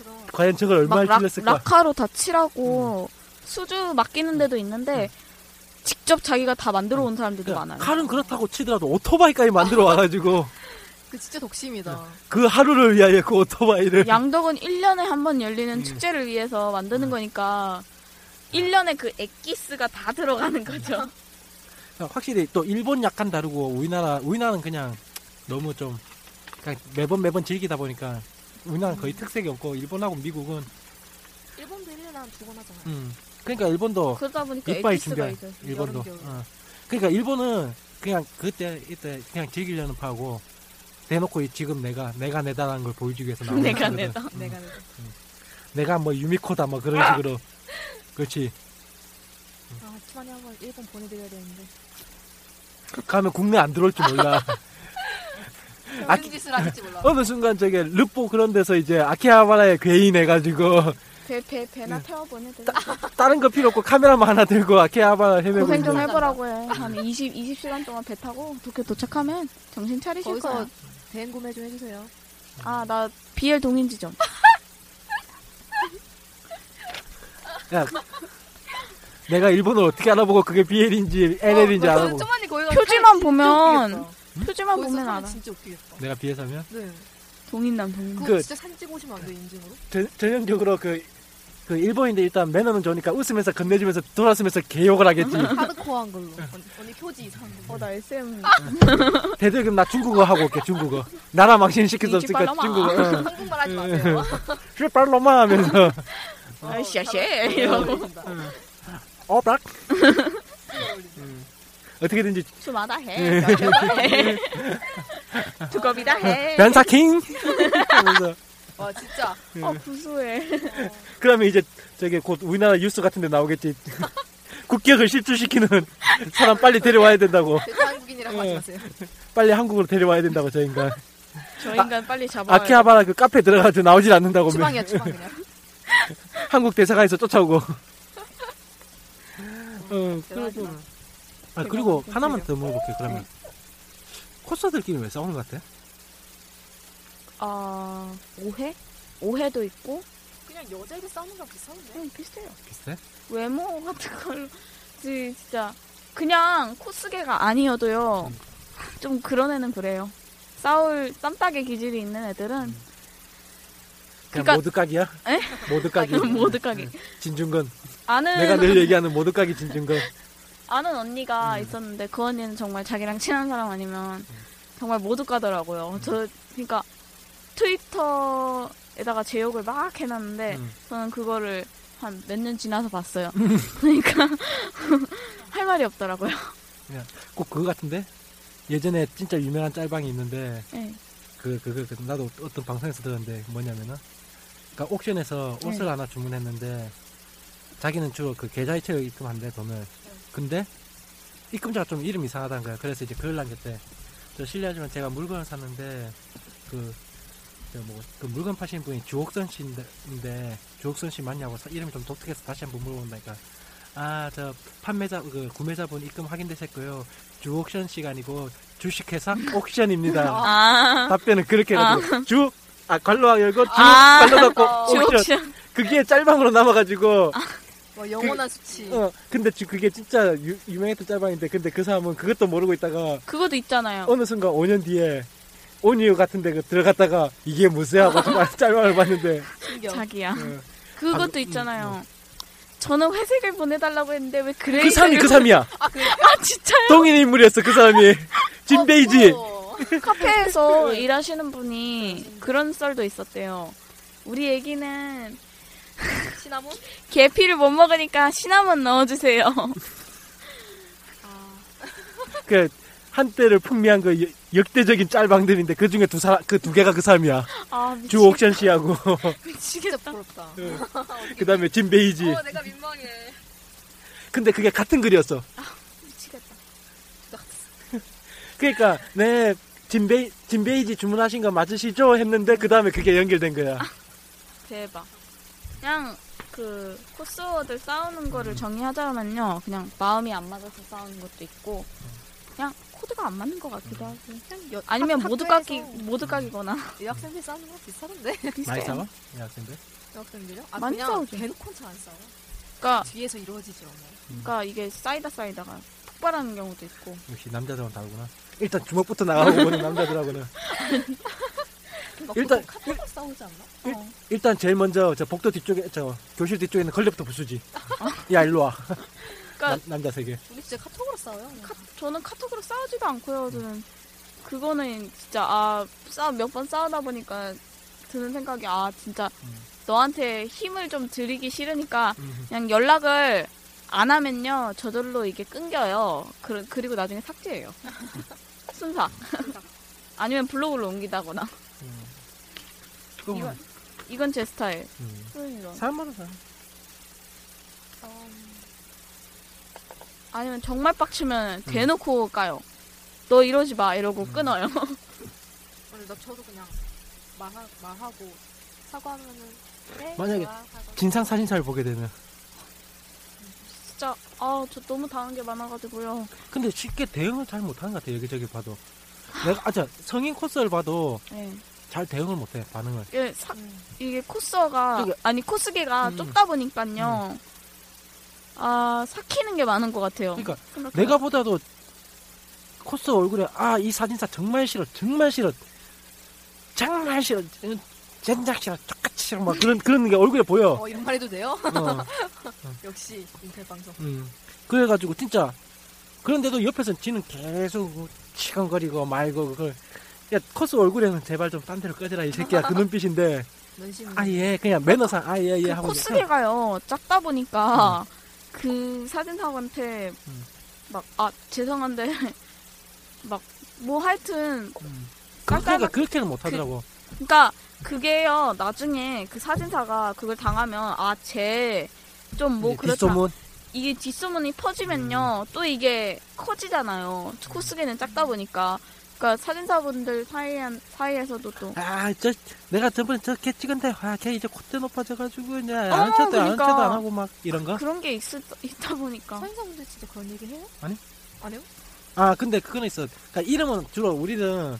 그럼. 과연 저걸 막 얼마나 락, 찔렀을까? 음. 락카로 다 칠하고 수주 맡기는 데도 있는데 직접 자기가 다 만들어 온 사람들도 그러니까 많아요. 칼은 그렇다고 치더라도 오토바이까지 만들어 [laughs] 와가지고 그 진짜 독심이다. 그 하루를 위하여 그 오토바이를 양덕은 1년에 한 번 열리는 음. 축제를 위해서 만드는 거니까 네. 1년에 그 액기스가 다 들어가는 거죠. 확실히 또 일본 약간 다르고 우리나라 우리나라는 그냥 너무 좀 그냥 매번 매번 즐기다 보니까 우리나라는 거의 특색이 없고 일본하고 미국은 일본도 1년에 한 두 번 하잖아요. 음, 그러니까 일본도 그러다 보니까 이빨 액기스가 준비한 있어요. 일본도. 여름, 겨울. 어. 그러니까 일본은 그냥 그때 이때 그냥 즐기려는 파고 대놓고 이- 지금 내가 내가 내다라는 걸 보여주기 위해서 나오는 내가 거거든. 내다. 음. 내가 내가. 내가 뭐 유미코다 뭐 그런 [laughs] 식으로 그렇지 아, 초반에 한번 일본 보내드려야 되는데. 가면 국내 안 들어올지 몰라 [laughs] 아, 무슨 짓을 하실지 몰라. 어느 순간 저게 르포 그런 데서 이제 아키하바라에 괴인 해가지고 배, 배, 배나 태워 보내드려. 다른 거 필요 없고 카메라만 하나 들고 아키하바라 헤매고 고생 좀 있는 해보라고 해. 한 20, 20시간 동안 배 타고 도쿄 도착하면 정신 차리실 거기서 거야. 대행 구매 좀 해주세요. 어, 아, 나 BL 동인지 점 야, 내가 일본을 어떻게 알아보고 그게 BL인지 LL인지 어, 알아보고 좀만이 거기 가면 표지만 진짜 보면 웃기겠다. 표지만 거기서 보면 사진 알아. 음, 진짜 웃기겠다. 내가 비해서면 네. 동인남 동인남. 그거 그- 진짜 사진 찍어 오시면 안 돼요 인증으로? 전, 전형적으로 그, 그 일본인데 일단 매너는 좋으니까 웃으면서 건네주면서 돌아서면서 개욕을 하겠지. [laughs] 하드코어한 걸로 언니, 언니 표지 이상한 음. 걸로 어나 SM 아, 대들 그럼 나 중국어 하고 올게 중국어. 나라 망신시킬 수 없으니까 이지빨로마. [laughs] 중국어. 한국말 하지 마세요 슈빨로마 하면서 어, 아이씨아씨 예. 이러고. 이러고 [laughs] 어락 음. 어떻게든지 주마다 해. 별별다 해. 예. [laughs] 두꺼비다 해. [laughs] 변사킹 하면서 와 진짜 어 구수해. 그러면 이제 저기 곧 우리나라 뉴스 같은 데 나오겠지. 국격을 실추시키는 사람 빨리 데려와야 된다고. 대체 한국인이라고 하지 마세요 빨리 한국으로 데려와야 된다고 저 인간. 저 인간 빨리 잡아. 아키하바라 그 카페 들어가도 네. 나오질 않는다고. 추방이야 추방 그냥 한국 대사관에서 쫓아오고. 어, 그리고, 대단하다. 아, 그리고 하나만 더 물어볼게요, 그러면. 코스들끼리 왜 싸우는 것 같아? 아 오해? 오해도 있고 그냥 여자에게 싸우는 거랑 비슷한데 음, 비슷해요. 비슷해? 외모 같은 걸로 지- 진짜 그냥 코스계가 아니어도요 좀 그런 애는 그래요 싸울 쌈딱의 기질이 있는 애들은 그냥 그러니까- 모두각이야? 에? 모두각이. 아, 모두각이 진중근. 네. 네. 내가 늘 아는 얘기하는 음. 모두각이 진중근. 아는 언니가 있었는데 그 언니는 정말 자기랑 친한 사람 아니면 정말 모두 까더라고요 음. 저 그러니까 트위터에다가 제 욕을 막 해놨는데 음. 저는 그거를 한 몇 년 지나서 봤어요 그러니까 [laughs] 할 말이 음. 없더라고요 꼭 그거 같은데? 예전에 진짜 유명한 짤방이 있는데, 네. 그, 그, 그, 그, 나도 어떤 방송에서 들었는데 뭐냐면은 그러니까 옥션에서 옷을 네. 하나 주문했는데 자기는 주로 그 계좌이체로 입금한대 돈을 근데 입금자가 좀 이름이 이상하다는 거야 그래서 이제 글을 남겼대 저 실례하지만 제가 물건을 샀는데 그, 저 뭐, 그 물건 파시는 분이 주옥선 씨인데 인데 주옥선 씨 맞냐고 사- 이름이 좀 독특해서 다시 한번 물어본다니까 아 저 판매자 그 구매자분 입금 확인되셨고요 주옥션 씨가 아니고 주식회사 옥션입니다 아 답변은 그렇게 해가지고 주, 아, 관로 열고 주, 아. 관로 닫고 [laughs] 옵션. 주옥션 그게 짤방으로 남아가지고 와 영원한 수치 어, 근데 주, 그게 진짜 유, 유명했던 짤방인데 근데 그 사람은 그것도 모르고 있다가 그것도 있잖아요. 어느 순간 5년 뒤에 온유 같은 데 그 들어갔다가 이게 무쇠 하고 정말 짤방을 봤는데 신기하다 자기야. 어, 그것도 음, 있잖아요. 저는 회색을 보내달라고 했는데 왜 그러니까 그레이? 그 사람이 그 사람이야 아 [laughs] 진짜요? 동일인 인물이었어 그 사람이 어, 진베이지 부러워. [laughs] 카페에서 네. 일하시는 분이 그런 썰도 있었대요. 우리 애기는 시나몬? 계피를 못 먹으니까 시나몬 넣어주세요. [laughs] 아, 그 한때를 풍미한 그 여- 역대적인 짤방들인데 그 중에 두 사람 그 두 개가 그 사람이야 아 미치, 주 옥션 씨하고 진짜 미치겠다. 부럽다 그 다음에 진베이지 어 내가 민망해 근데 그게 같은 글이었어. 아, 미치겠다. [laughs] 그러니까 네 진베이 진베이지 주문하신 거 맞으시죠? 했는데 그 다음에 그게 연결된 거야. 아, 대박. 그냥 그 코스워들 싸우는 음. 거를 정의하자면요. 그냥 마음이 안 맞아서 싸우는 것도 있고 그냥 코드가 안 맞는 것 같기도 음. 하고. 그냥 여, 아니면 학- 모두 학교에서 깎이 모두 깎이거나 [laughs] 여학생들 싸우는 거랑 비슷하던데 많이 비슷해요. 싸워? 여학생들? 여학생들이요? 아 많이 그냥 싸우죠. 대놓고는 잘안 싸워 그러니까, 뒤에서 이루어지죠 뭐. 그러니까 이게 쌓이다 쌓이다가 폭발하는 경우도 있고 역시 남자들은 다르구나. 일단 주먹부터 나가고 보는 남자들하고는 막 일단- 일단 카페에서 싸우지 않나? 일단 제일 먼저 저 복도 뒤쪽에 저 교실 뒤쪽에 있는 걸레부터 부수지. 야 일로 와. 남, 아. 그러니까- 남자 세계. 우리 진짜 카톡으로 싸워요 그냥. 카, 저는 카톡으로 싸우지도 않고요 저는 그거는 진짜 아, 아몇번 싸우다 보니까 드는 생각이 아 진짜 음. 너한테 힘을 좀 들이기 싫으니까 음. 그냥 연락을 안 하면요 저절로 이게 끊겨요 그, 그리고 나중에 삭제해요 [laughs] 순삭 [laughs] 아니면 블로그로 옮기다거나 음. 그거 뭐, 이건, 이건 제 스타일 음. 그러니까. 사람마다 사. 아니면 정말 빡치면 대놓고 까요. 너 이러지 마 이러고 음. 끊어요. 오늘 나 저도 그냥 말하, 말하고 사과하면은 네, 만약에 좋아, 사과. 진상 사진사를 보게 되면. 진짜 아 저 너무 당한 게 많아가지고요. 근데 쉽게 대응을 잘 못하는 것 같아 여기저기 봐도. 내가 아자 성인 코스를 봐도 예. 잘 대응을 못해 반응을. 이게, 사- 음. 이게 코스가 저기- 아니 코스계가 음. 좁다 보니까요. 아 삭히는 게 많은 것 같아요. 그러니까 생각해요. 내가 보다도 코스 얼굴에 아 이 사진사 정말 싫어 정말 싫어 정말 싫어. 젠장 싫어. 똑같이 싫어. 막 그런, 그런 게 얼굴에 보여. 어 이런 말 해도 돼요? [laughs] 어. 역시 인터넷 방송. 음. 그래가지고 진짜 그런데도 옆에서 지는 계속 치근거리고 말고 그걸 야 커스 얼굴에는 제발 좀 딴 데로 꺼져라 이 새끼야 그 눈빛인데 눈심. 아예 그냥 매너상 아예예 그 하고 코스게가요 작다 보니까 그 사진사한테 음. 막 아 죄송한데 [laughs] 막 뭐 하여튼 음. 깜깜한- 그러니까 그렇게는 못하더라고 그러니까 그게요 나중에 그 사진사가 그걸 당하면 아, 아쟤좀 뭐 이제 그렇다 뒷소문 이게 뒷소문이 음. 퍼지면요 또 이게 커지잖아요 코스게는 작다 보니까 그러니까 사진사분들 사이 사이에서도 또 아저 내가 저번에 저걔 찍은데 아걔 이제 콧대 높아져가지고 이제 어, 아는 척도 아는 그러니까. 척도 안 하고 막 이런 거 그런 게 있, 있다 보니까 사인사분들 진짜 그런 얘기 해요? 아니. 안 해요? 아 근데 그거는 있어. 그러니까 이름은 주로 우리는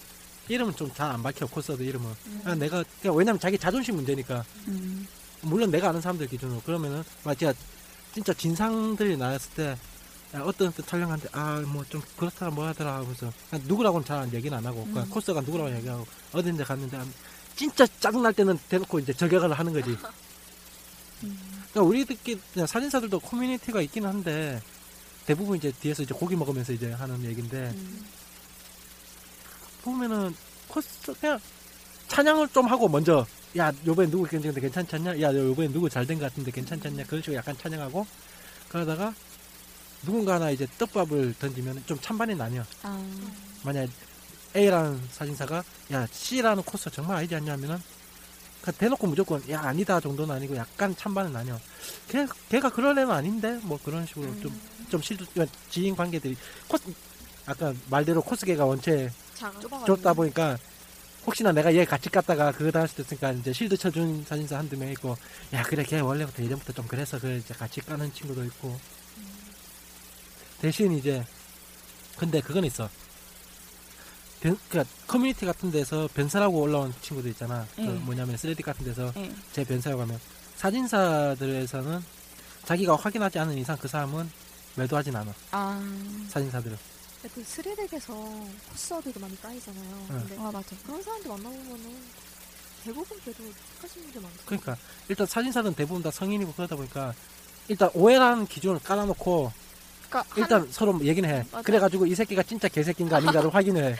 이름은 좀 잘 안 밝혀 코스도 이름은. 아, 내가 그냥 왜냐면 자기 자존심 문제니까. 물론 내가 아는 사람들 기준으로 그러면은 막 진짜 진짜 진상들이 나왔을 때 야, 어떤 어떤 촬영하는데 아 뭐 좀 그렇더라 뭐 하더라 하고서 그냥 누구라고는 잘 얘기는 안 하고 그러니까 코스가 누구라고 얘기하고 어딘데 갔는데 아, 진짜 짜증 날 때는 대놓고 이제 저격을 하는 거지. 그러니까 우리들끼리 그냥 사진사들도 커뮤니티가 있긴 한데 대부분 이제 뒤에서 이제 고기 먹으면서 이제 하는 얘기인데 보면은 코스 그냥 찬양을 좀 하고 먼저 야 요번에 누구 괜찮은데 괜찮잖냐 야 요번에 누구 잘 된 것 같은데 괜찮잖냐 그런 식으로 약간 찬양하고 그러다가 누군가 하나 이제 떡밥을 던지면 좀 찬반이 나뉘어 아. 만약 A라는 사진사가 야 C라는 코스 정말 아니지 않냐면은 그 대놓고 무조건 야 아니다 정도는 아니고 약간 찬반은 아니야. 걔 걔가 그런 애는 아닌데 뭐 그런 식으로 음. 좀좀 실도 지인 관계들이 코스 아까 말대로 코스계가 원체 작아. 어, 네. 좁다 보니까 혹시나 내가 얘 같이 갔다가 그거 당할 수도 있으니까 이제 실드 쳐준 사진사 한두 명 있고 야 그래 걔 원래부터 예전부터 좀 그래서 그 이제 같이 까는 친구도 있고 대신 이제 근데 그건 있어 변, 그니까 커뮤니티 같은 데서 변사라고 올라온 친구들 있잖아 그 예. 뭐냐면 쓰레디 같은 데서 예. 제 변사라고 하면 사진사들에서는 자기가 확인하지 않은 이상 그 사람은 매도하진 않아 아 사진사들은 근데 그 스레덱에서 코스어들이 많이 까이잖아요. 네. 근데 아, 맞아. 그런 사람들 만나보면은 대부분 그래도 착하신 분들 많죠. 그러니까 일단 사진사는 대부분 다 성인이고 그러다 보니까 일단 오해라는 기준을 깔아놓고 그러니까 일단 서로 얘기는 해. 맞아. 그래가지고 이 새끼가 진짜 개새끼인가 [laughs] 아닌가를 확인을 해. 한,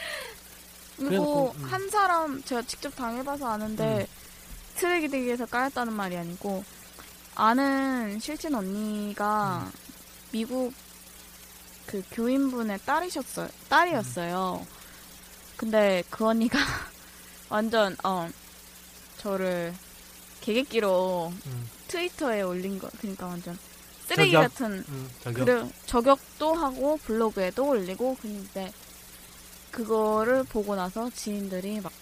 그리고 그래놓고, 음. 한 사람 제가 직접 당해봐서 아는데 쓰레기 대기에서 까였다는 말이 아니고 아는 실친 언니가 음. 미국 그 교인분의 딸이셨어요. 딸이었어요. 음. 근데 그 언니가 [laughs] 완전 어 저를 개개끼로 음, 트위터에 올린 거 그러니까 완전 쓰레기 저격? 같은 음, 저기요. 그래 저격도 하고 블로그에도 올리고 근데 그거를 보고 나서 지인들이 막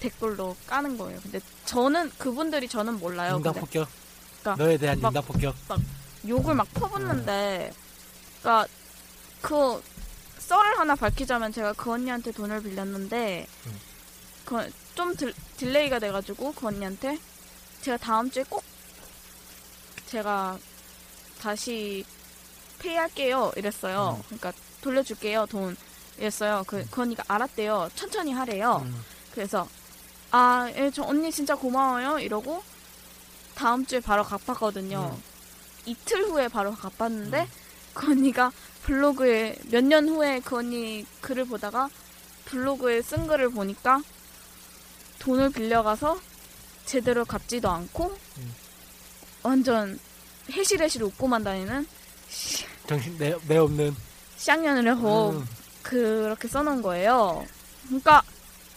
댓글로 까는 거예요. 근데 저는 그분들이 저는 몰라요. 인간 근데 폭격. 그러니까 너에 대한 막- 인간 폭격. 욕을 막 퍼붓는데 그러니까 그 썰을 하나 밝히자면 제가 그 언니한테 돈을 빌렸는데 음. 그좀 딜레이가 돼가지고 그 언니한테 제가 다음 주에 꼭 제가 다시 페이할게요 이랬어요. 그러니까 돌려줄게요 돈 이랬어요. 그, 그 언니가 알았대요. 천천히 하래요. 음, 그래서 아, 예, 저 언니 진짜 고마워요 이러고 다음 주에 바로 갚았거든요. 음. 이틀 후에 바로 갚았는데 그 언니가 블로그에 몇 년 후에 그 언니 글을 보다가 블로그에 쓴 글을 보니까 돈을 빌려가서 제대로 갚지도 않고 음. 완전 해실해실 웃고만 다니는 정신 내, 내 없는. 쌍년을 하고 음, 그렇게 써놓은 거예요. 그러니까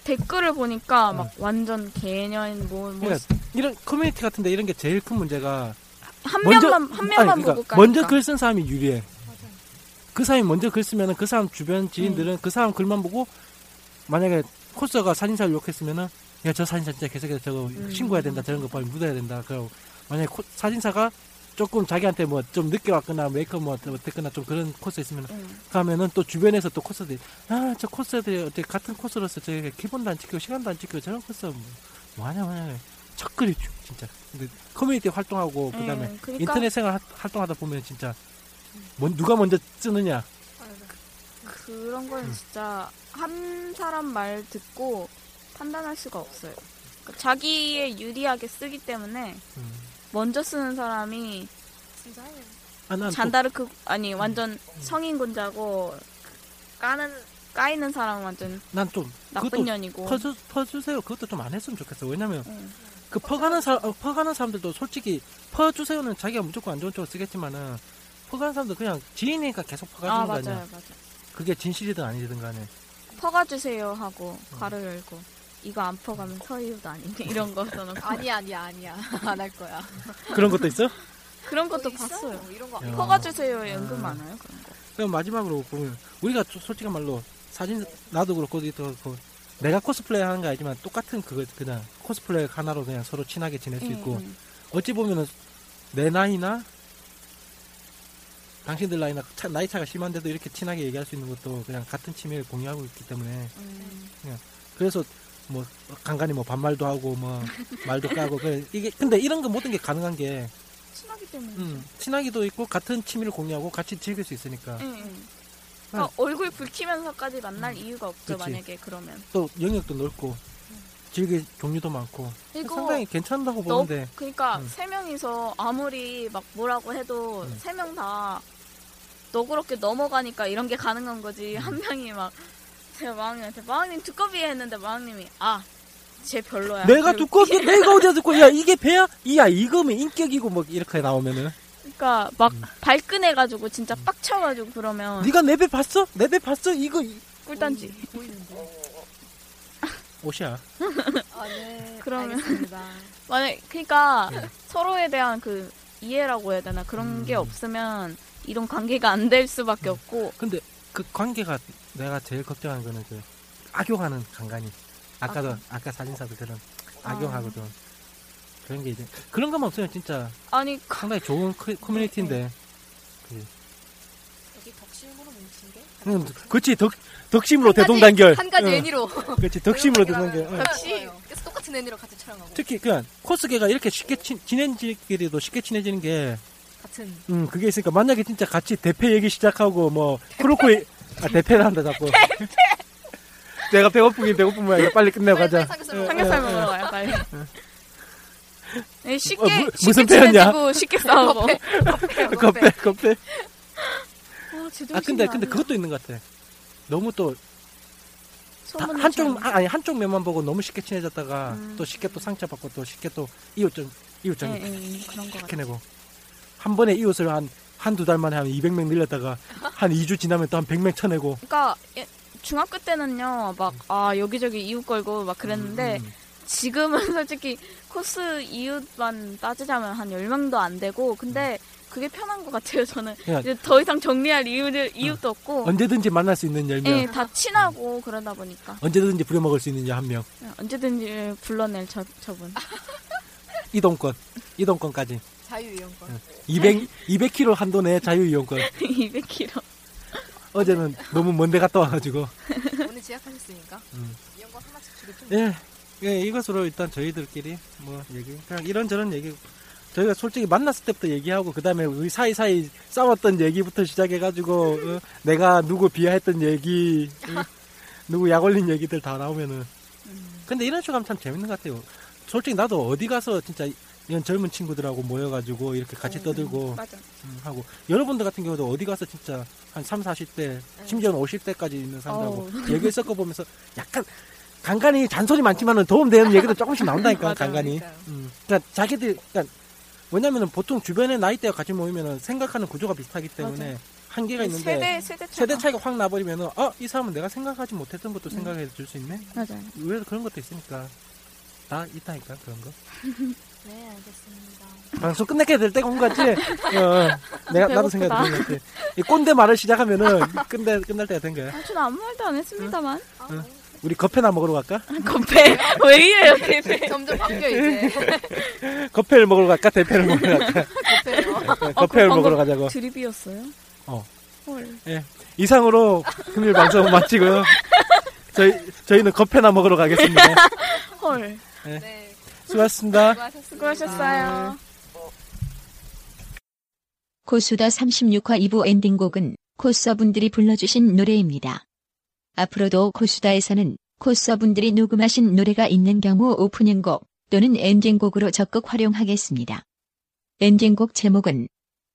댓글을 보니까 막 완전 개년 뭐한 네. 그러니까 이런 커뮤니티 같은데 이런 게 제일 큰 문제가 명만 한 명만 아니, 그러니까 보고 까 먼저 글 쓴 사람이 유리해. 맞아요. 그 사람이 먼저 글 쓰면은 그 사람 주변 음. 지인들은 그 사람 글만 보고 만약에 코스가 사진사를 욕했으면은 야 저 사진사 진짜 계속해서 저거 음. 신고해야 된다 저런 거 빨리 묻어야 된다 그러고 만약에 코- 사진사가 조금 자기한테 뭐 좀 늦게 왔거나 메이크업 뭐 어땠거나 좀 그런 코스 있으면 음. 가면은 또 주변에서 또 코스들이 아저 코스들이 어떻게 같은 코스로서 저게 기본도 안 지키고 시간도 안 지키고 저런 코스 뭐, 뭐 하냐 뭐냐 첫 글이 쭉 진짜 근데 커뮤니티 활동하고 그다음에 음, 그러니까 인터넷 생활 하- 활동하다 보면 진짜 뭔 누가 먼저 쓰느냐 아, 그런 건 진짜 한 사람 말 듣고 판단할 수가 없어요. 그러니까 자기에 유리하게 쓰기 때문에 먼저 쓰는 사람이 진짜요? 아, 난 또- 잔다르크 아니 완전 성인군자고 까는 까이는 사람은 완전 난좀 나쁜 그것도 년이고. 퍼주, 퍼주세요 그것도 좀 안 했으면 좋겠어 왜냐면 응. 그 퍼가는 사 어, 퍼가는 사람들도 솔직히 퍼주세요는 자기가 무조건 안 좋은 쪽으로 쓰겠지만은 퍼가는 사람들 그냥 지인이니까 계속 아 퍼가주는 거 맞아요 아니야 맞아. 그게 진실이든 아니든 간에 퍼가주세요 하고 괄호 열고 이거 안 퍼가면 서유도 아닌데 [laughs] 이런 거 써놓고 아니야 아니야 아니야 [laughs] 안 할 거야. 그런 것도 있어? 그런 것도 어, 있어? 봤어요. 어, 이런 거 야. 퍼가주세요 음. 연금 많아요 그런 거. 그럼 마지막으로 보면 우리가 소- 솔직한 말로 사진 나도 그렇고 이도 그렇고 내가 코스플레이 하는 거 알지만 똑같은 그거 그냥 코스플레이 하나로 그냥 서로 친하게 지낼 수 있고 음, 어찌 보면은 내 나이나 당신들 나이나 차- 나이 차가 심한데도 이렇게 친하게 얘기할 수 있는 것도 그냥 같은 취미를 공유하고 있기 때문에 음. 그래서 뭐 간간히 뭐 반말도 하고 [laughs] 뭐 말도 까고 그래 이게 근데 이런 거 모든 게 가능한 게 친하기 때문에. 음, 친하기도 있고 같은 취미를 공유하고 같이 즐길 수 있으니까 응, 음. 응. 그렇죠. 예, 그러니까 얼굴 붉히면서까지 만날 이유가 없죠 아. 음. 그치. 만약에 그러면. 또 영역도 넓고 즐길 종류도 많고 음. 그리고 상당히 괜찮다고 너- 보는데 그러니까 음. 세 명이서 아무리 막 뭐라고 해도 음. 세 명 다 너그럽게 넘어가니까 이런 게 가능한 거지 음. 한 명이 막 제가 마왕님한테 마왕님 두꺼비 했는데 마왕님이 아쟤 별로야. 내가 그리고 [laughs] 두껍게 내가 어디야 두꺼 야 이게 배야 이야 이거면 인격이고 막 이렇게 나오면은 그러니까 막 음. 발끈해가지고 진짜 빡쳐가지고 그러면 네가 내 배 봤어 내 배 봤어 이거 이- 꿀단지. 음, 보이는데. 옷이야 [laughs] 아 네. 그러면- 알겠습니다. 만약 그러니까 음. 서로에 대한 그 이해라고 해야 되나 그런 음. 게 없으면 이런 관계가 안 될 수밖에 음. 없고 근데 그 관계가 내가 제일 걱정하는 거는 그 악용하는 간간이 아까도 아까 사진사도 그런 아. 악용하거든 그런 게 이제 그런 것만 없으면 진짜 아니 상당히 좋은 네, 크- 커뮤니티인데 여기 덕심으로 뭉친 게? 음, 그렇지 덕 덕심으로 한 가지- 대동단결 한 가지 응, 애니로. 그렇지 덕심으로 그러면 대동단결 응. 역시 계속 똑같은 애니로 같이 촬영하고 특히 그냥 코스계가 이렇게 쉽게 친, 친해지기도 쉽게 친해지는 게 같은 음, 그게 있으니까 만약에 진짜 같이 대패 얘기 시작하고 뭐 크로코 얘- 아 대패를 한다 자꾸 내가 배고프긴 배고픈 모양이야 빨리 끝내고 빨리, 가자 빨리 삼겹살 먹어. 삼겹살 먹으러 가요 빨리. 네, 쉽게 어, 무- 쉽게 무슨 어, 친해지고 패였냐? 쉽게 [laughs] 싸우고. 겁배 겁배 아, 제정신이 아 근데 근데 아니야. 그것도 있는 것 같아 너무 또 다- 소문을 한쪽 쳐요. 아, 아니 한쪽 면만 보고 너무 쉽게 친해졌다가 음. 또 쉽게 또 상처받고 또 쉽게 또 이웃전 이웃전 예, 예, 예, 그런 거 이렇게 같아. 내고 한 번에 이웃을 한 한 두 달 만에 한 200명 늘렸다가 한 2주 지나면 또 한 100명 쳐내고 그러니까 예, 중학교 때는요 막 아 여기저기 이웃 걸고 막 그랬는데 음, 음. 지금은 [laughs] 솔직히 코스 이웃만 따지자면 한 10명도 안 되고 근데 그게 편한 것 같아요 저는 그냥 이제 더 이상 정리할 이유를, 이웃도 없고 어. 언제든지 만날 수 있는 열명 예, 다 친하고 그러다 보니까 언제든지 부려먹을 수 있는 자 한 명. 예, 언제든지 불러낼 저, 저분 [laughs] 이동권. 이동권까지. 자유이용권 200, 200km 한도 내 자유이용권. 200km 어제는 너무 먼데 갔다 와가지고. 오늘 지약하셨으니까 음. 이용권 하나씩 주고 좀 예. 예, 이것으로 일단 저희들끼리 뭐 얘기, 그냥 이런저런 얘기. 저희가 솔직히 만났을 때부터 얘기하고, 그 다음에 우리 사이사이 싸웠던 얘기부터 시작해가지고, 어, 내가 누구 비하했던 얘기, 어, 누구 약 올린 얘기들 다 나오면은. 근데 이런 식으로 하면 참 재밌는 것 같아요. 솔직히 나도 어디 가서 진짜 이런 젊은 친구들하고 모여가지고 이렇게 네. 같이 떠들고 맞아 음, 하고 여러분들 같은 경우도 어디 가서 진짜 한 3, 40대 심지어는 50대까지 있는 사람들하고 얘기를 섞어보면서 약간 간간히 잔소리 많지만은 도움되는 얘기도 조금씩 나온다니까 맞아요, 간간히 그러니까요. 음, 그러니까 자기들 그러니까 왜냐면은 보통 주변에 나이대가 같이 모이면은 생각하는 구조가 비슷하기 때문에 한계가 있는데 그 세대 세대 차이 세대 차이가 확 나버리면은 어, 아이 사람은 내가 생각하지 못했던 것도 생각해 줄 수 있네 맞아요 의외로 그런 것도 있으니까 다 있다니까 그런 거 [laughs] 네 알겠습니다 방송 끝내게 될 때가 온 거지. 어, 어. 네, 내가 나도 배고프다. 생각이 드는 것 같아. 이 꼰대 말을 시작하면은 끝내 끝날 때가 된 거야. 아, 저는 아무 말도 안 했습니다만 아, 응. 너무 우리 커피나 먹으러 갈까? [laughs] 건배 왜 이래요 [laughs] 대패 점점 바뀌어 [laughs] 이제 네, 커피를 먹으러 갈까? 대패를 먹으러 [laughs] 갈까? 옆에요 어, 커피를 방금 먹으러 가자고. 드립이었어요 어. 헐 이상으로 금일 방송 마치고요. 저희 저희는 커피나 먹으러 가겠습니다. 헐. 네 수고하셨습니다. 수고하셨습니다 수고하셨어요. 고수다 36화 2부 엔딩곡은 코서분들이 불러주신 노래입니다. 앞으로도 고수다에서는 코스어분들이 녹음하신 노래가 있는 경우 오프닝곡 또는 엔딩곡으로 적극 활용하겠습니다. 엔딩곡 제목은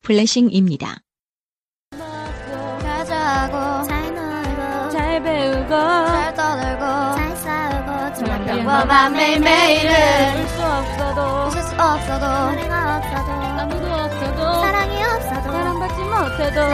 블레싱입니다. 가자고 잘 놀고 잘 배우고 잘 떠들고 잘 싸우고 정말 평범한 매일매일을 수 없어도 웃을 수 없어도 은혜가 없어도 아무도 없어도 사랑이 없어도 사랑받지 못해도 네.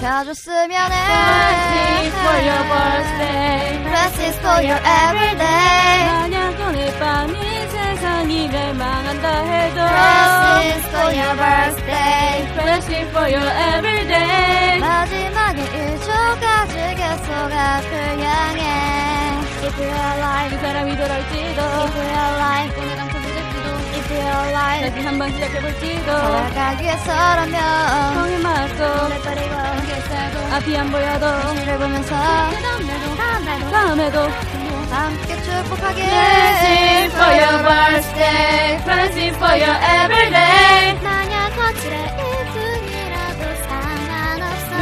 사라져줬으면 다시 해 for your birthday Rest is for your everyday 만약 오늘 밤이 세상이 멸망한다 해도 Rest is for your birthday Flashing for your everyday 마지막에 1초까지 계속 앞을 향해 Keep your alive 그 사람이 돌아올지도 Keep your alive 오늘은 터지겠지도 Keep your alive 다시 한번 시작해볼지도 살아가기 위해서라면 성에 맞고 손을 버리고 아, 앞이 안 보여도 뒤를 보면서 다음날도 다음에도 함께 축복하길 Blessing for your birthday Flashing for your everyday 만약 거칠의 1분이라도 상관없어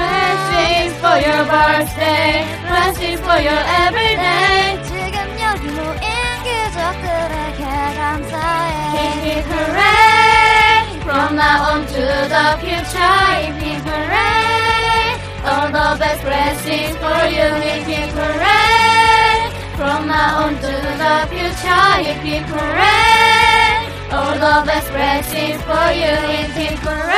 Flashing for your birthday Flashing for your everyday 지금 여기 모인 기적들에게 Keep 감사해 it hooray From now on to the future Keep it hooray All the best blessings for you Keep it hooray From now on to the future Keep it hooray All the best blessings for you Keep it hooray